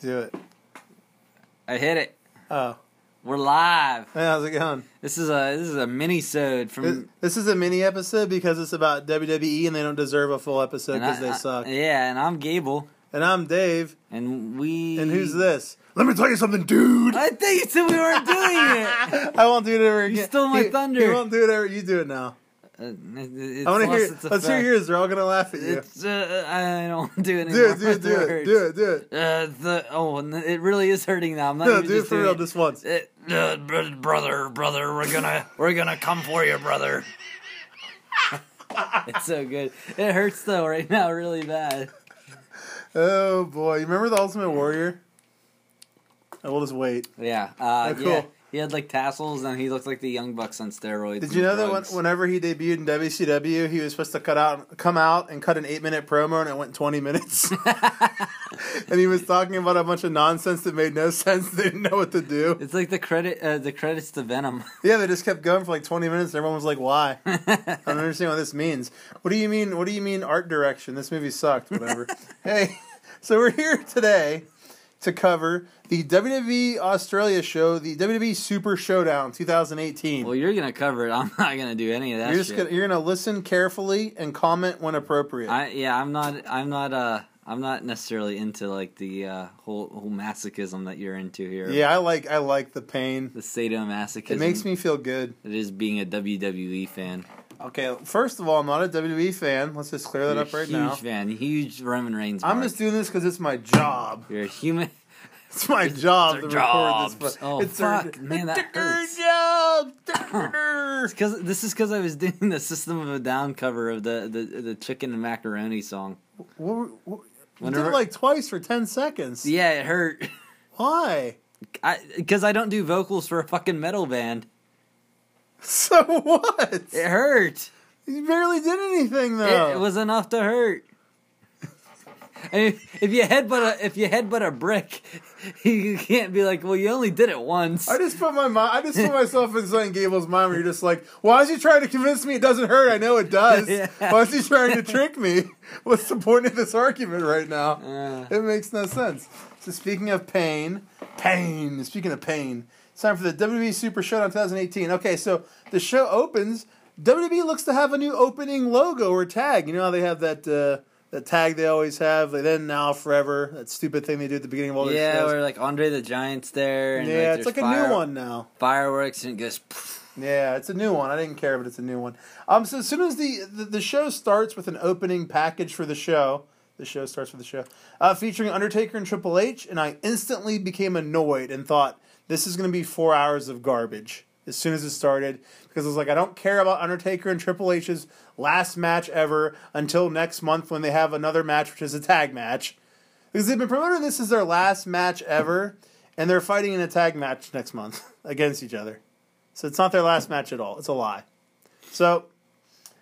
do it. I hit it. Oh, We're live. hey, how's it going? This is a this is a mini-sode from This, this is a mini episode because it's about WWE and they don't deserve a full episode and because I- they I- suck. Yeah, and I'm Gable, and I'm Dave. and we. And who's this? Let me tell you something, dude. I think you said we weren't doing it. Uh, I won't do it ever again. stole my He- thunder. He won't do it ever. You do it now. Uh, it- it's I want to lost hear. its Let's hear effect. yours. They're all gonna laugh at you. It's, uh, I don't do it Do anymore. it. Do it. Do It it. hurts. Do it. Do it. Uh, the, oh, and it really is hurting now. I'm not No, even do it just for doing real it. just once. Uh, uh, br- brother, brother, we're gonna we're gonna come for you, brother. it's so good. It hurts though right now, really bad. Oh boy, you remember the Ultimate Warrior? I will just wait. Yeah. Oh, Uh, cool. Yeah. He had like tassels, and he looked like the Young Bucks on steroids. Did and you know that when, drugs. whenever he debuted in WCW, he was supposed to cut out, come out and cut an eight minute promo, and it went twenty minutes. and he was talking about a bunch of nonsense that made no sense. They didn't know what to do. It's like the credit, uh, the credits to Venom. Yeah, they just kept going for like twenty minutes. And everyone was like, "Why? I don't understand what this means. What do you mean? What do you mean art direction? This movie sucked. Whatever. hey, so we're here today to cover the WWE Australia show, the WWE Super Showdown 2018. well, you're gonna cover it. I'm not gonna do any of that. You're just shit. gonna you're gonna listen carefully and comment when appropriate. I yeah, I'm not I'm not uh I'm not necessarily into like the uh whole whole masochism that you're into here. yeah, I like I like the pain. The sadomasochism. It makes me feel good. It is being a WWE fan. Okay, first of all, I'm not a WWE fan. Let's just clear that You're up right huge now. fan, huge Roman Reigns. I'm mark. just doing this because it's my job. You're a human. It's my job to their record this. jobs. fu- Oh, it's their- fuck, man, that it's their hurts. job. Because this is because I was doing the System of a Down cover of the the, the chicken and macaroni song. What were- what- You did Whenever- it like twice for ten seconds. Yeah, it hurt. Why? Because I, don't do vocals for a fucking metal band. So what? It hurt. You barely did anything It- though. It, was enough to hurt. I mean, if you headbutt a if you headbutt a brick, you can't be like, well, you only did it once. I just put my mi- I just put myself in Glenn Gable's mind where you're just like, why is he trying to convince me it doesn't hurt? I know it does. Yeah. Why is he trying to trick me? What's the point of this argument right now? Uh. It makes no sense. So speaking of pain, pain. Speaking of pain, it's time for the WWE Super Showdown 2018. Okay, so the show opens. WWE looks to have a new opening logo or tag. You know how they have that uh, that tag they always have. Like then, now, forever. That stupid thing they do at the beginning of all their yeah, shows. where like Andre the Giant's there. And, yeah, it's there's like a fire- new one now. Fireworks and it goes. pfft. Yeah, it's a new one. I didn't care, but it's a new one. Um, so as soon as the the, the show starts with an opening package for the show, the show starts with the show uh, featuring Undertaker and Triple H, and I instantly became annoyed and thought this is going to be four hours of garbage. As soon as it started, because I was like, I don't care about Undertaker and Triple H's last match ever until next month when they have another match, which is a tag match. Because they've been promoting this as their last match ever, and they're fighting in a tag match next month against each other. So it's not their last match at all. It's a lie. So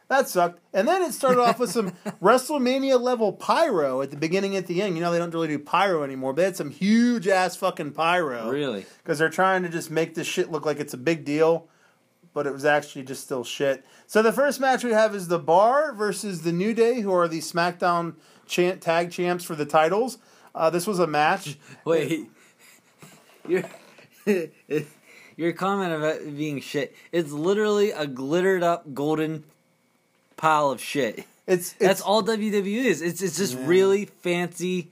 that sucked. And then it started off with some WrestleMania level pyro at the beginning, at the end. You know they don't really do pyro anymore, but they had some huge ass fucking pyro. Really? Because they're trying to just make this shit look like it's a big deal, but it was actually just still shit. So the first match we have is the Bar versus the New Day, who are the SmackDown champ, tag champs for the titles. Uh, this was a match. Wait, your your comment about it being shit. It's literally a glittered up golden pile of shit. It's, it's That's all WWE is. It's it's just really fancy,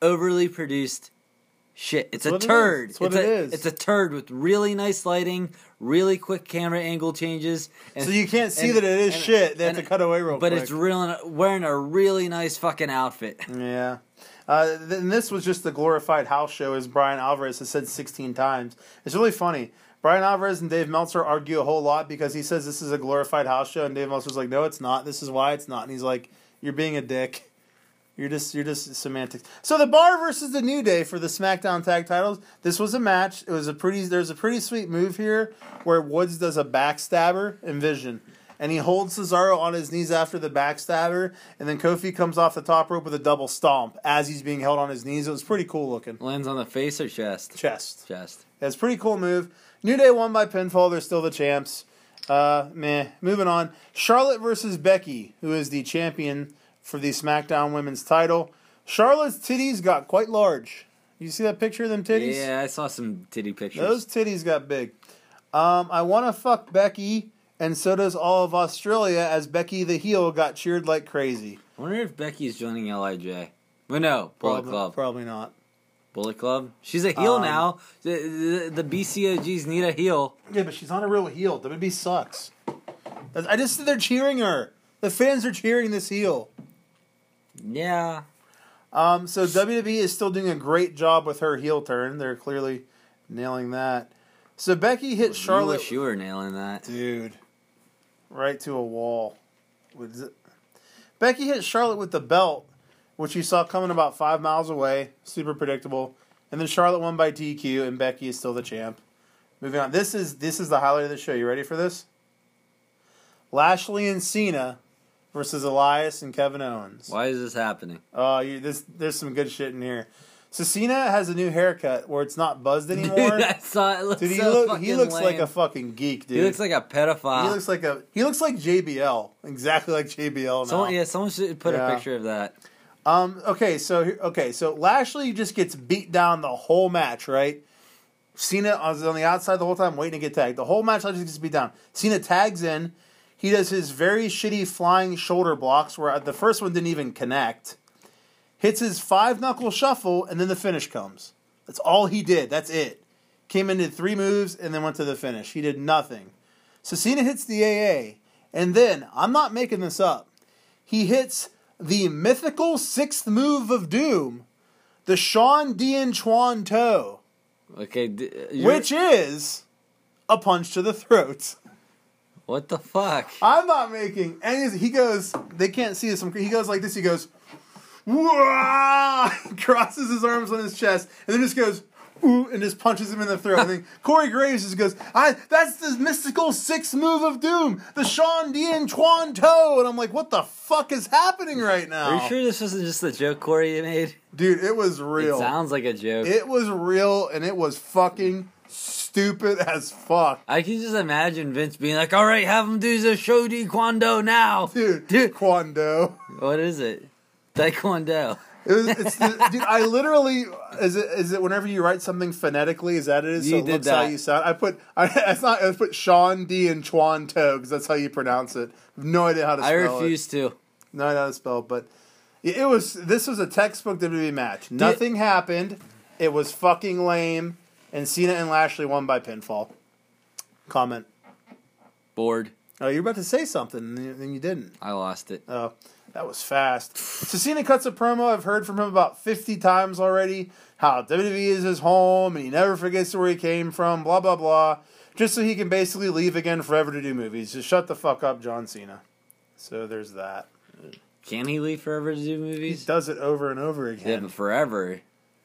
overly produced shit. It's, what it a is. turd. It's what a, it is. It's a turd with really nice lighting, really quick camera angle changes. And, so you can't see and- that it is and- shit. They have and- to cut away real But quick. it's real wearing a really nice fucking outfit. Yeah. Uh, th- and this was just the glorified house show, as Brian Alvarez has said 16 times. It's really funny. Brian Alvarez and Dave Meltzer argue a whole lot because he says this is a glorified house show, and Dave Meltzer's like, no, it's not. This is why it's not. And he's like, you're being a dick. You're just you're just semantics. So the Bar versus the New Day for the SmackDown Tag Titles. This was a match. It was a pretty. There's a pretty sweet move here where Woods does a backstabber and Vision, and he holds Cesaro on his knees after the backstabber, and then Kofi comes off the top rope with a double stomp as he's being held on his knees. It was pretty cool looking. Lands on the face or chest? Chest. Chest. That's a pretty cool move. New Day won by pinfall. They're still the champs. Uh, meh. Moving on. Charlotte versus Becky, who is the champion for the SmackDown Women's title. Charlotte's titties got quite large You see that picture of them titties? Yeah, I saw some titty pictures. Those titties got big. Um, I want to fuck Becky, and so does all of Australia, as Becky the heel got cheered like crazy. I wonder if Becky's joining Lij. Well, no, Bullet Probably, Club. probably not. Bullet Club. She's a heel Um, now. The, the, the BCOGs need a heel. Yeah, but she's on a real heel. WB sucks. That's- I just they're cheering her. The fans are cheering this heel. Yeah. Um, so WWE is still doing a great job with her heel turn. They're clearly nailing that. So Becky hit Charlotte. Charlotte. wish you were nailing that. Dude. Right to a wall. What is it? Becky hit Charlotte with the belt, which you saw coming about five miles away. Super predictable. And then Charlotte won by DQ, and Becky is still the champ. Moving on. This is this is the highlight of the show. You ready for this? Lashley and Cena versus Elias and Kevin Owens. Why is this happening? Oh, you, this there's some good shit in here. So Cena has a new haircut where it's not buzzed Dude, anymore. I saw it. Looks Dude, he, so look, fucking he looks like lame. a fucking geek, dude. He looks like uh, a pedophile. He looks like a he looks like JBL, exactly like JBL now. someone, yeah, someone should put Yeah. a picture of that. Um. Okay. So here- okay. So Lashley just gets beat down the whole match, right? Cena was on the outside the whole time, waiting to get tagged. The whole match, Lashley gets beat down. Cena tags in. He does his very shitty flying shoulder blocks, where uh, the first one didn't even connect. Hits his five knuckle shuffle, and then the finish comes. That's all he did. That's it. Came in did three moves, and then went to the finish. He did nothing. So Cena hits the AA, and then I'm not making this up he hits the mythical sixth move of Doom, the Sean Dian Chuan toe, Okay, d- you're- which is a punch to the throat. what the fuck? I'm not making any. He goes, they can't see this. He goes like this. He goes, Wah! crosses his arms on his chest, and then just goes, ooh, and just punches him in the throat. and then Corey Graves just goes, I, that's the mystical sixth move of Doom, the Sean Dian Chuan toe. And I'm like, what the fuck is happening right now? Are you sure this wasn't just a joke Corey made? Dude, it was real. It, It sounds like a joke. was real and it was fucking stupid as fuck. I can just imagine Vince being like, "All right, have him do the show taekwondo now, Dude, Taekwondo. What is it? Taekwondo. It was, it's the, dude, I literally is it is it whenever you write something phonetically, is that it is? You so it did looks how that. you sound. I put I it's not I put Sean D and Chuan To because that's how you pronounce it. No idea how to I spell refuse to. it. No idea how to spell it, but it it was this was a textbook WWE match. Nothing happened. It was fucking lame. And Cena and Lashley won by pinfall. Comment. Bored. Oh, you're about to say something, and you- then you didn't. I lost it. Oh, that was fast. So Cena cuts a promo. I've heard from him about 50 times already. How WWE is his home, and he never forgets where he came from, blah, blah, blah. Just so he can basically leave again forever to do movies. Just shut the fuck up, John Cena. So there's that. Can he leave forever to do He movies? does it over and over Yeah, again. but forever.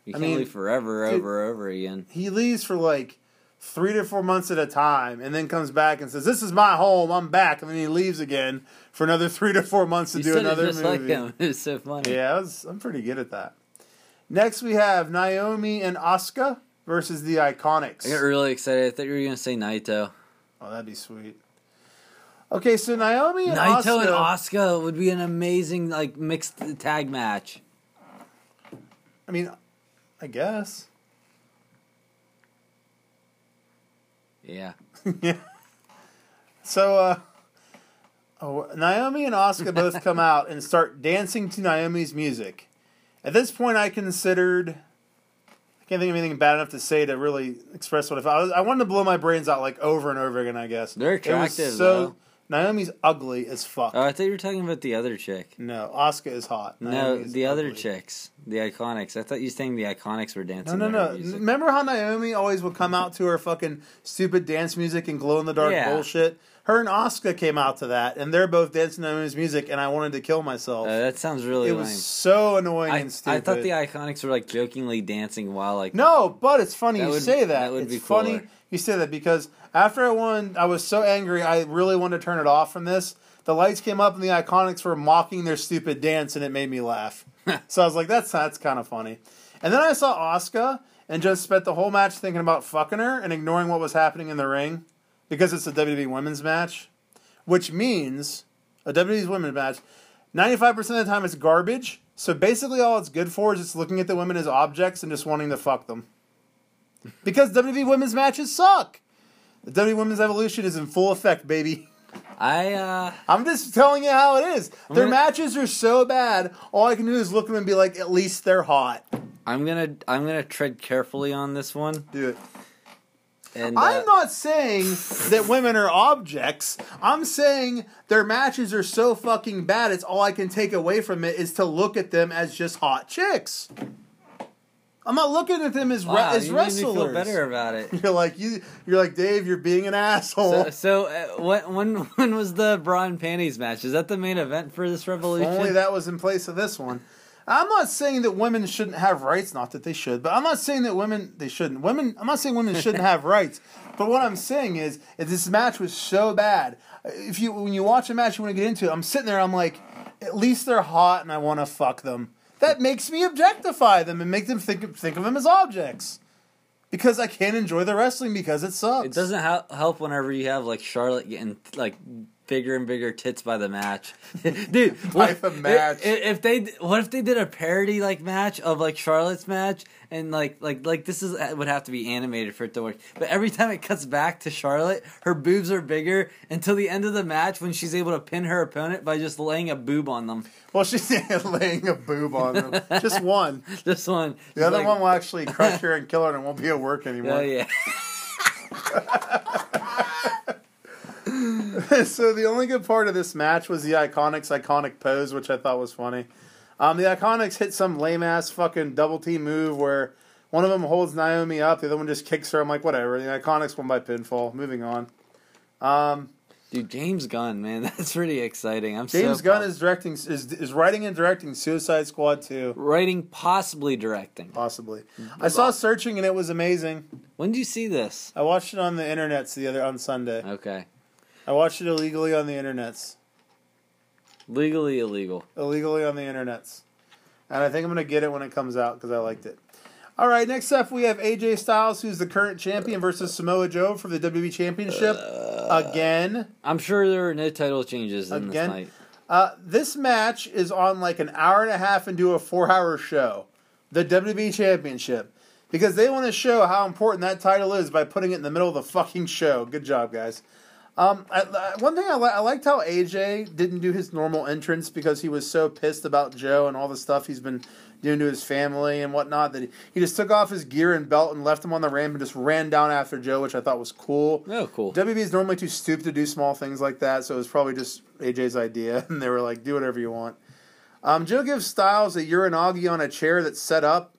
You I can't mean, leave forever dude- over over again. He leaves for like three to four months at a time and then comes back and says, This is my home, I'm back. And then he leaves again for another three to four months to You do said another it just movie. like him. It's so funny. Yeah, I was, I'm pretty good at that. Next, we have Naomi and Asuka versus the Iconics. I got really excited. I thought you were gonna say Naito. Oh, that'd be sweet. Okay, so Naomi and Naito Asuka. and Oscar would be an amazing like mixed tag match. I mean, I guess. Yeah. So, uh, oh, Naomi and Asuka both come out and start dancing to Naomi's music. At this point, I considered. I can't think of anything bad enough to say to really express what I felt. I, was, I wanted to blow my brains out like over and over again. I guess They're It was attractive, so Naomi's ugly as fuck. Oh, I thought you were talking about the other chick. No, Asuka is hot. No, Naomi's the other ugly. chicks, the Iconics. I thought you were saying the Iconics were No, dancing. no, to her no. music. Remember how Naomi always would come out to her fucking stupid dance music and glow in the dark Yeah. bullshit? Her and Asuka came out to that, and they're both dancing to Naomi's music, and I wanted to kill myself. Uh, that sounds really it lame. was so annoying I, and stupid. I thought the Iconics were like jokingly dancing while like. No, but it's funny That you would- say that. that would it's be funny cooler. you say that because after I won, I was so angry. I really wanted to turn it off from this. The lights came up and the Iconics were mocking their stupid dance, and it made me laugh. so I was like, "That's that's kind of funny." And then I saw Oscar and just spent the whole match thinking about fucking her and ignoring what was happening in the ring because it's a WWE Women's match, E which means a WWE's Women's match. Ninety-five percent of the time, it's garbage. So basically, all it's good for is it's looking at the women as objects and just wanting to fuck them. Because WWE women's matches suck. The WWE women's evolution is in full effect, baby. I uh I'm just telling you how it is. Their gonna- matches are so bad. All I can do is look at them and be like, at least they're hot. I'm gonna I'm gonna tread carefully on this one. Do it. And uh, I'm not saying that women are objects. I'm saying their matches are so fucking bad. It's all I can take away from it is to look at them as just hot chicks. I'm not looking at them as re- wow, as you made me wrestlers. feel better about it. You're like you. You're like Dave. You're being an asshole. So, so uh, what when when was the bra and panties match? Is that the main event for this revolution? Only that was in place of this one. I'm not saying that women shouldn't have rights, not that they should, but I'm not saying that women they shouldn't. Women, I'm not saying women shouldn't have rights, but what I'm saying is, is this match was so bad. If you when you watch a match, you want to get into it. I'm sitting there, I'm like, at least they're hot, and I want to fuck them. That makes me objectify them and make them think think of them as objects, because I can't enjoy the wrestling because it sucks. It doesn't hel- help whenever you have like Charlotte getting like bigger and bigger tits by the match, dude. What, the match. i- i- If, they d- what if they did a parody like match of like Charlotte's match and like like like this is it would have to be animated for it to work. But every time it cuts back to Charlotte, her boobs are bigger until the end of the match when she's able to pin her opponent by just laying a boob on them. Well, she's laying a boob on them, just one. This one, The other one will actually crush her and kill her, and it won't be at work anymore. Oh yeah. so the only good part of this match was the Iconics iconic pose, which I thought was funny. Um, the Iconics hit some lame ass fucking double team move where one of them holds Naomi up, the other one just kicks her. I'm like, whatever. The Iconics won by pinfall. Moving on. Dude, James Gunn, man, that's pretty exciting. I'm James so Gunn pumped. is directing is is writing and directing Suicide Squad 2, writing, possibly directing. possibly. I saw searching and it was amazing. When did you see this? I watched it on the internets the other on Sunday. Okay. I watched it illegally on the internets. Legally illegal. illegally on the internets. And I think I'm going to get it when it comes out because I liked it. All right, next up we have AJ Styles, who's the current champion, versus Samoa Joe for the WWE Championship again. I'm sure there are no title changes in Again? this night. Uh, this match is on like an hour and a half into a four hour show, the WWE Championship, because they want to show how important that title is by putting it in the middle of the fucking show. Good job, guys. Um, I, I- one thing I, li- I liked how AJ didn't do his normal entrance because he was so pissed about Joe and all the stuff he's been doing to his family and whatnot that he, he just took off his gear and belt and left him on the ramp and just ran down after Joe, which I thought was cool. Oh, cool. WB is normally too stupid to do small things like that, so it was probably just AJ's idea, and they were like, "Do whatever you want." Um, Joe gives Styles a uranagi on a chair that's set up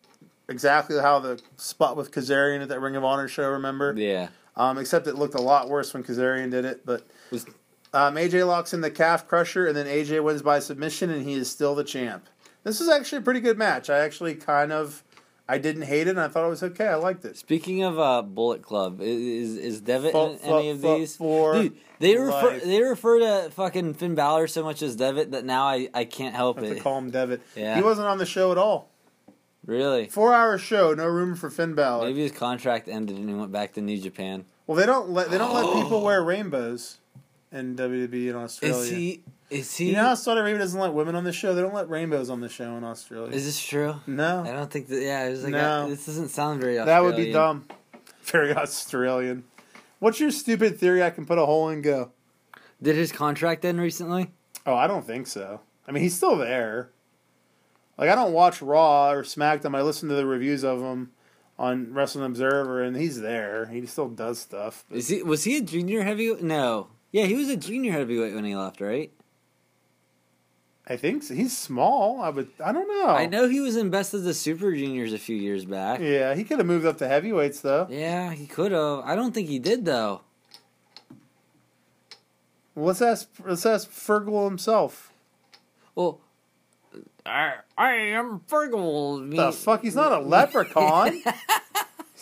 exactly how the spot with Kazarian at that Ring of Honor show. Remember? Yeah. Um, except it looked a lot worse when Kazarian did it. But Was- um, AJ locks in the calf crusher, and then AJ wins by submission, and he is still the champ. This is actually a pretty good match. I actually kind of, I didn't hate it, and I thought it was okay. I liked it. Speaking of uh, Bullet Club, i- is is Devitt Fuck, in fuck, any of fuck these? for Dude, they refer life. they refer to fucking Finn Balor so much as Devitt that now I, I can't help I have to it. call him Devitt. Yeah. He wasn't on the show at all. Really? Four hour show, no room for Finn Balor. Maybe his contract ended and he went back to New Japan. Well, they don't let they don't let people wear rainbows in WWE in Australia. Oh. Is he? Is he? you know how Saudi Arabia doesn't let women on the show? They don't let rainbows on the show in Australia. is this true? I no, don't think that. Yeah, it was like No. I- this doesn't sound very. that would be Australian. dumb. Very Australian. What's your stupid theory? I can put a hole and go. Did his contract end recently? Oh, I don't think so. I mean, he's still there. Like I don't watch Raw or SmackDown. I listen to the reviews of him on Wrestling Observer, and he's there. He still does stuff. Is he? Was he a junior heavyweight? No. Yeah, he was a junior heavyweight when he left, right? I think so. he's small. I would. I don't know. I know he was in Best of the Super Juniors a few years back. Yeah, Oh. Yeah, he could have moved up to heavyweights though. he could have. I don't think he did though. Well, let's ask. Let's ask Fergal himself. Well, I, I am Fergal. Me- The fuck, he's not a leprechaun. he's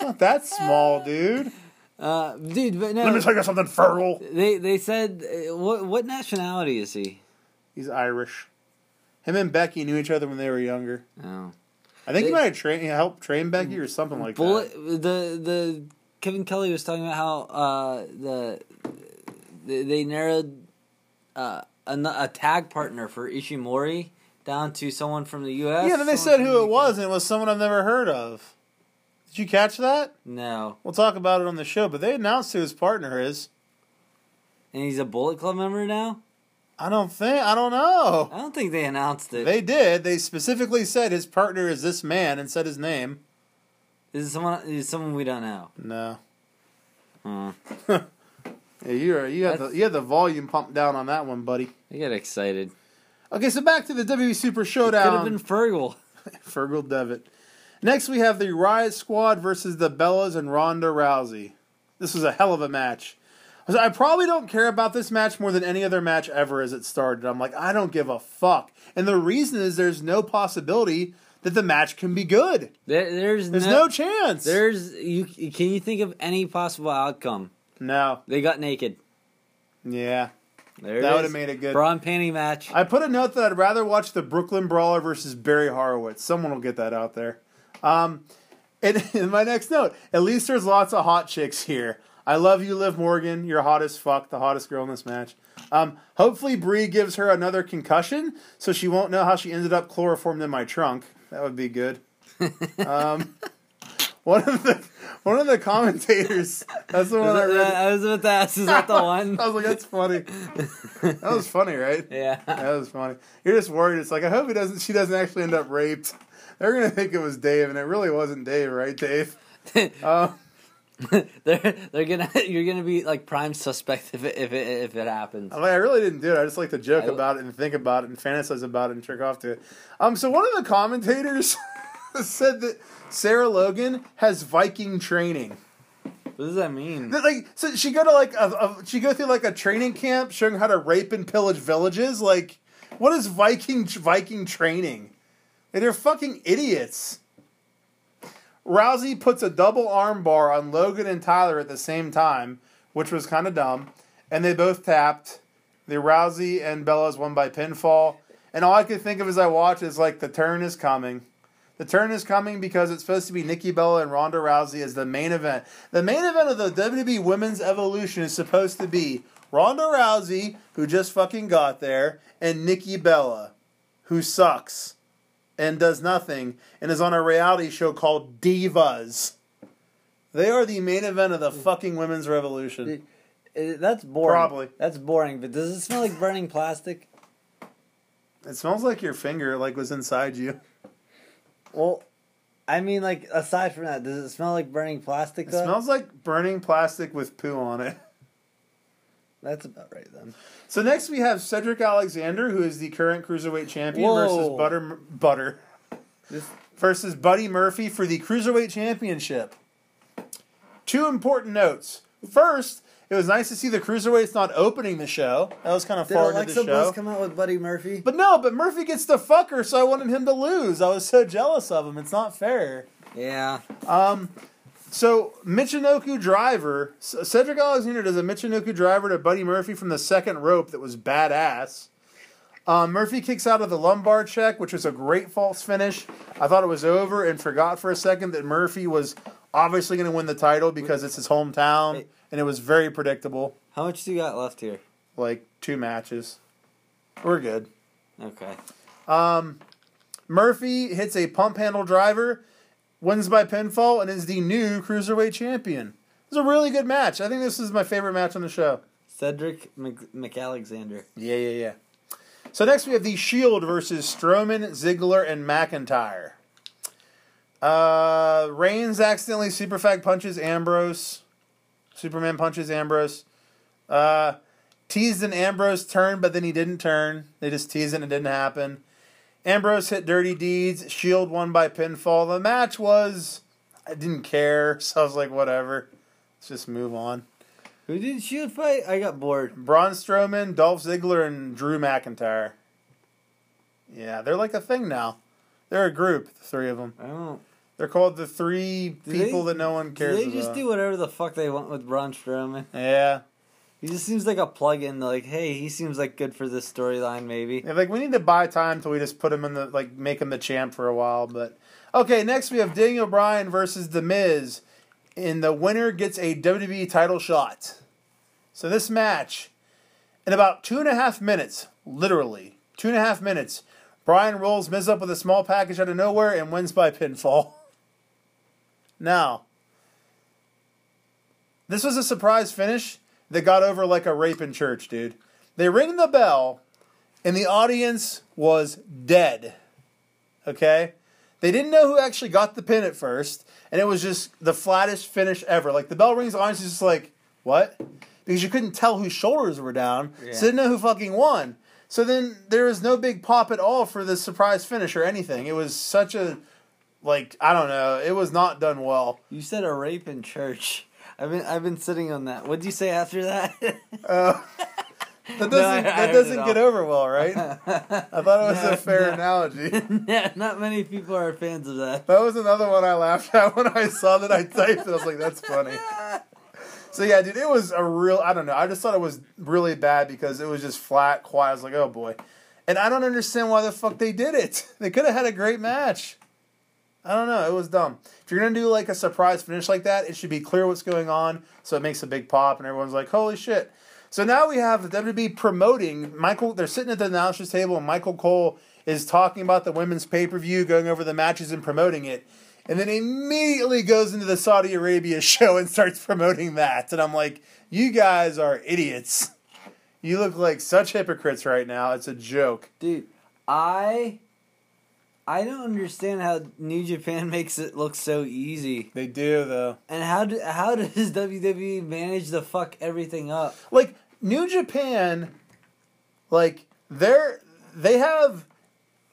not that small, dude. Uh, dude, but no. Let me tell you something, Fergal. they they said uh, what what nationality is he? He's Irish. Him and Becky knew each other when they were younger. Oh, I think he They- might have tra- helped train Becky or something like bullet. that. The the Kevin Kelly was talking about how uh the they, they narrowed uh a, a tag partner for Ishimori down to someone from the U.S. yeah, then they someone said from who the it UK. was, and it was someone I've never heard of. Did you catch that? No, We'll talk about it on the show, but they announced who his partner is. and he's a Bullet Club member now. I don't think, I don't know. I don't think they announced it. They did. They specifically said his partner is this man and said his name. Is it someone? Is it someone we don't know? No. Hmm. Yeah, you're, you, had the, That's- you had the volume pumped down on that one, buddy. I get excited. Okay, so back to the WWE Super Could have Showdown. been Fergal. Fergal Devitt. Next, we have the Riot Squad versus the Bellas and Ronda Rousey. This was a hell of a match. So I probably don't care about this match more than any other match ever as it started. I'm like, I don't give a fuck. And the reason is there's no possibility that the match can be good. There, there's There's no, no, chance. There's you. Can you think of any possible outcome? no. They got naked. Yeah. There That it would've is. made it good. Bra and panty match. I put a note that I'd rather watch the Brooklyn Brawler versus Barry Horowitz. Someone will get that out there. Um, and in my next note, at least there's lots of hot chicks here. I love you, Liv Morgan. You're hot as fuck, the hottest girl in this match. Um, hopefully, Brie gives her another concussion so she won't know how she ended up chloroformed in my trunk. That would be good. Um, one of the one of the commentators. That's the one I Is that- read. I was about to ask, is that the one? I was like, that's funny. That was funny, right? yeah. That was funny. You're just worried. It's like I hope it doesn't. She doesn't actually end up raped. They're gonna think it was Dave, and it really wasn't Dave, right, Dave? Uh, they're they're gonna you're gonna be like prime suspect if it if it if it happens. I'm like, I really didn't do it. I just like to joke I- about it and think about it and fantasize about it and trick off to it. Um, so one of the commentators said that Sarah Logan has Viking training. What does that mean? That, like, so she go to like a, a she go through like a training camp showing how to rape and pillage villages. Like, what is Viking Viking training? Like, they're fucking idiots. Rousey puts a double armbar on Logan and Tyler at the same time, which was kind of dumb, and they both tapped. The Rousey and Bellas won by pinfall, and all I could think of as I watch is like the turn is coming. The turn is coming because it's supposed to be Nikki Bella and Ronda Rousey as the main event. The main event of the WWE Women's Evolution is supposed to be Ronda Rousey, who just fucking got there, and Nikki Bella, who sucks and does nothing and is on a reality show called Divas. They are the main event of the fucking Women's Revolution. Uh, That's boring. Probably. That's boring. But does it smell like burning plastic? It smells like your finger like was inside you. Well, I mean, like aside from that, does it smell like burning plastic? It though? smells like burning plastic with poo on it. That's about right then. So next we have Cedric Alexander, who is the current cruiserweight champion, versus Whoa. Butter Butter This versus Buddy Murphy for the cruiserweight championship. Two important notes. First, it was nice to see the cruiserweights not opening the show. That was kind of did far into Alexa the show. Bliss come out with Buddy Murphy? but no, but Murphy gets to fuck her, so I wanted him to lose. I was so jealous of him. It's not fair. yeah. Um, so Michinoku driver C- Cedric Alexander does a Michinoku driver to Buddy Murphy from the second rope that was badass. Um, Murphy kicks out of the lumbar check, which was a great false finish. I thought it was over and forgot for a second that Murphy was obviously going to win the title because it's his hometown, Wait. and it was very predictable. How much do you got left here? Like two matches, we're good. Okay. Um, Murphy hits a pump handle driver, wins by pinfall, and is the new cruiserweight champion. It was a really good match. I think this is my favorite match on the show. Cedric Mc- McAlexander. Yeah, yeah, yeah. So next we have the Shield versus Strowman, Ziggler, and McIntyre. Uh, Reigns accidentally superfag punches Ambrose. Superman punches Ambrose. Uh, teased an Ambrose turn, but then he didn't turn. They just teased it and it didn't happen. Ambrose hit Dirty Deeds. Shield won by pinfall. The match was. I didn't care, so I was like, whatever. Let's just move on. Who did Shield fight? I got bored. Braun Strowman, Dolph Ziggler, and Drew McIntyre. Yeah, they're like a thing now. They're a group, the three of them. I don't. They're called the three Do people they- that no one Do cares they just about. do whatever the fuck they want with Braun Strowman? yeah. He just seems like a plug-in. they're Like, hey, he seems like good for this storyline, maybe. Yeah, like we need to buy time till we just put him in the like make him the champ for a while. But okay, next we have Daniel Bryan versus The Miz, and the winner gets a WWE title shot. So this match, in about two and a half minutes, literally two and a half minutes, Brian rolls Miz up with a small package out of nowhere and wins by pinfall. Now, this was a surprise finish that got over like a rape in church, dude. They ring the bell, and the audience was dead. Okay? They didn't know who actually got the pin at first, and it was just the flattest finish ever. Like, the bell rings, the audience is just like, what? Because you couldn't tell whose shoulders were down, so Yeah. they didn't know who fucking won. So then there was no big pop at all for the surprise finish or anything. It was such a, like, I don't know, it was not done well. You said a rape in church. I've been I've been sitting on that. What'd you say after that? That doesn't, I- I heard that it doesn't all. get over well, right? I thought it was No, a fair no. analogy. yeah, not many people are fans of that. That was another one I laughed at when I saw that I typed it. I was like, that's funny. So yeah, dude, it was a real I don't know. I just thought it was really bad because it was just flat, quiet. I was like, oh boy. And I don't understand why the fuck they did it. They could have had a great match. I don't know. It was dumb. If you're gonna do like a surprise finish like that, it should be clear what's going on, so it makes a big pop, and everyone's like, "Holy shit!" So now we have the WWE promoting Michael. They're sitting at the announcers table, and Michael Cole is talking about the women's pay per view, going over the matches and promoting it, and then immediately goes into the Saudi Arabia show and starts promoting that. And I'm like, "You guys are idiots. You look like such hypocrites right now. It's a joke." Dude, I I don't understand how New Japan makes it look so easy. They do though. And how do how does WWE manage to fuck everything up? like New Japan, like they're they have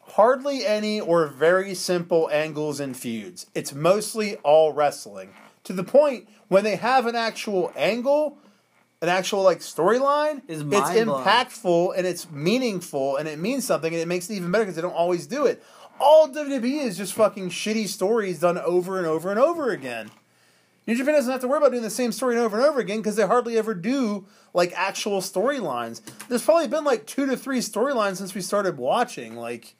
hardly any or very simple angles and feuds. It's mostly all wrestling. To the point when they have an actual angle, an actual like storyline, It's it's mind-blowing. impactful and it's meaningful and it means something and it makes it even better because they don't always do it. All WWE is just fucking shitty stories done over and over and over again. New Japan doesn't have to worry about doing the same story over and over again because they hardly ever do like actual storylines. There's probably been like two to three storylines since we started watching. Like,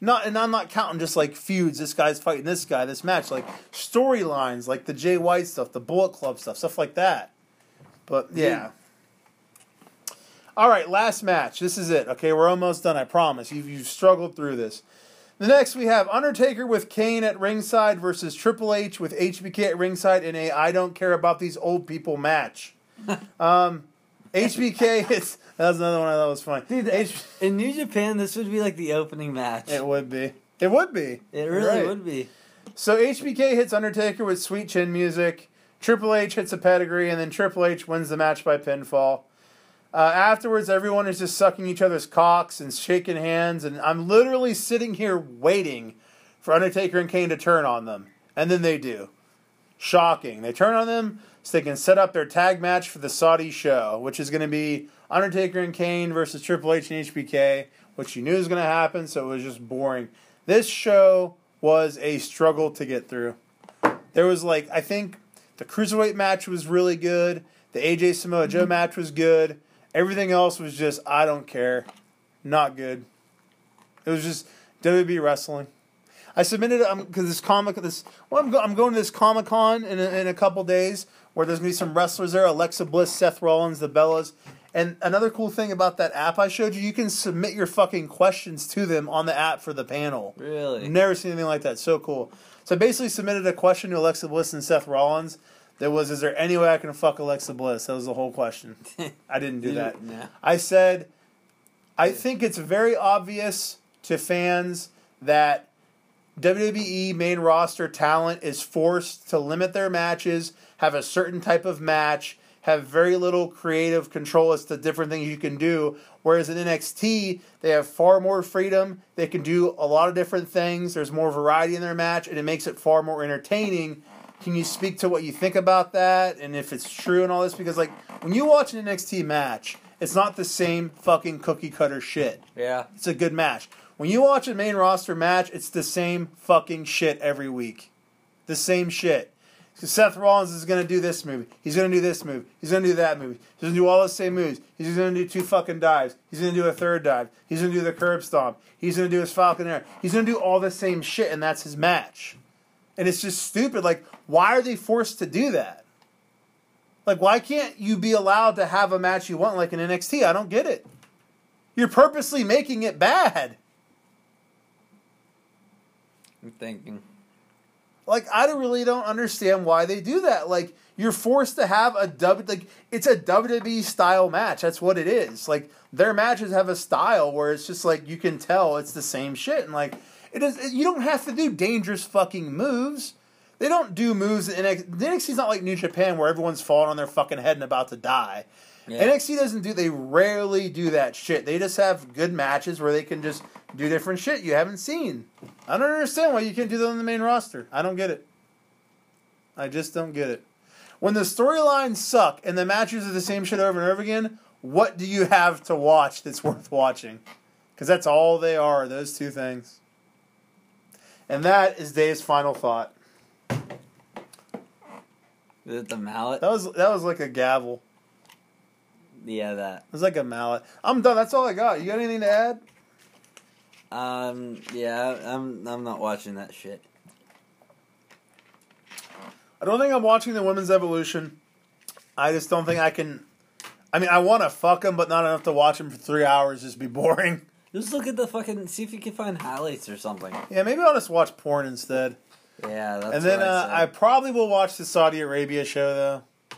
not and I'm not counting just like feuds. This guy's fighting this guy. This match, like storylines, like the Jay White stuff, the Bullet Club stuff, stuff like that. But yeah. All right, last match. This is it. Okay, we're almost done. I promise. You've, you've struggled through this. The next we have Undertaker with Kane at ringside versus Triple H with HBK at ringside in a I don't care about these old people match. Um, HBK hits. That was another one I thought was funny. Dude, in New Japan this would be like the opening match. It would be. It would be. It You're really right. would be. So HBK hits Undertaker with sweet chin music. Triple H hits a pedigree, and then Triple H wins the match by pinfall. Uh, afterwards, everyone is just sucking each other's cocks and shaking hands, and I'm literally sitting here waiting for Undertaker and Kane to turn on them, and then they do. Shocking! They turn on them so they can set up their tag match for the Saudi show, which is going to be Undertaker and Kane versus Triple H and HBK, which you knew was going to happen, so it was just boring. This show was a struggle to get through. There was like I think the cruiserweight match was really good. The AJ Samoa Joe match was good. Everything else was just I don't care, not good. It was just WWE wrestling. I submitted um because this comic this well I'm, go, I'm going to this Comic Con in a, in a couple days where there's gonna be some wrestlers there Alexa Bliss Seth Rollins the Bellas and another cool thing about that app I showed you you can submit your fucking questions to them on the app for the panel Really? Never seen anything like that. So cool. So I basically submitted a question to Alexa Bliss and Seth Rollins that was, is there any way I can fuck Alexa Bliss? That was the whole question. I didn't do that. No. I said, I think it's very obvious to fans that WWE E main roster talent is forced to limit their matches, have a certain type of match, have very little creative control as to different things you can do. Whereas in NXT, they have far more freedom. They can do a lot of different things. There's more variety in their match, and it makes it far more entertaining. Can you speak to what you think about that and if it's true and all this? Because, like, when you watch an NXT match, it's not the same fucking cookie cutter shit Yeah. it's a good match. When you watch a main roster match, it's the same fucking shit every week. The same shit. So Seth Rollins is gonna do this move. He's gonna do this move. He's gonna do that move. He's gonna do all the same moves. He's gonna do two fucking dives. He's gonna do a third dive. He's gonna do the curb stomp. He's gonna do his Falcon Air. He's gonna do all the same shit, and that's his match. And it's just stupid. Like, why are they forced to do that? Like, why can't you be allowed to have a match you want, like in NXT? I don't get it. You're purposely making it bad. I'm thinking. Like I don't- really don't understand why they do that. Like you're forced to have a W like it's a WWE style match. That's what it is. Like their matches have a style where it's just like you can tell it's the same shit and like it is you don't have to do dangerous fucking moves. They don't do moves in NXT. NXT's not like New Japan where everyone's falling on their fucking head and about to die. Yeah. NXT doesn't do. They rarely do that shit. They just have good matches where they can just do different shit you haven't seen. I don't understand why you can't do that on the main roster. I don't get it. I just don't get it. When the storylines suck and the matches are the same shit over and over again, what do you have to watch that's worth watching? Because that's all they are. Those two things. And that is Dave's final thought. Is it the mallet? That was that was like a gavel. Yeah, that. It was like a mallet. I'm done. That's all I got. You got anything to add? Um, yeah, I'm I'm not watching that shit. I don't think I'm watching the women's evolution. I just don't think I can. I mean, I want to fuck them, but not enough to watch them for three hours. Just be boring. Just look at the fucking see if you can find highlights or something. Yeah, maybe I'll just watch porn instead. Yeah, that's and then what uh, I, I said. probably will watch the Saudi Arabia show though.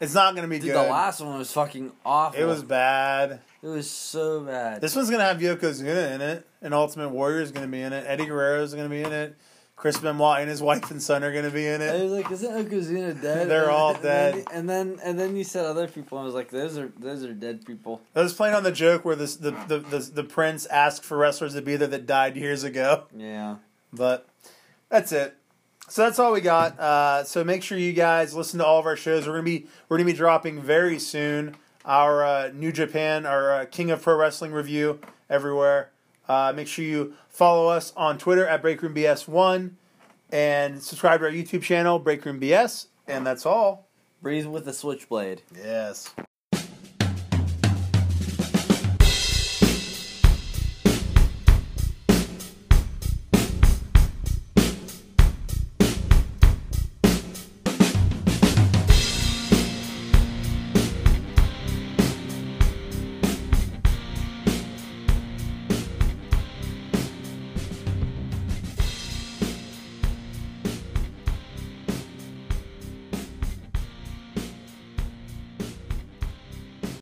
It's not gonna be Dude, good. the last one was fucking awful. it was bad. it was so bad. This one's gonna have Yokozuna in it, and Ultimate Warrior is gonna be in it. Eddie Guerrero is gonna be in it. Chris Benoit and his wife and son are gonna be in I it. was like, isn't Okazuna dead? They're And all then- dead. And then, and then you said other people. and I was like, those are those are dead people. I was playing on the joke where this, the, the the the prince asked for wrestlers to be there that died years ago. Yeah. But that's it. So that's all we got. Uh, so make sure you guys listen to all of our shows. We're gonna be we're gonna be dropping very soon our uh, New Japan, our uh, King of Pro Wrestling review everywhere. Uh, make sure you follow us on Twitter at breakroombs one and subscribe to our YouTube channel Breakroom BS. And that's all. Breathe with a switchblade. Yes.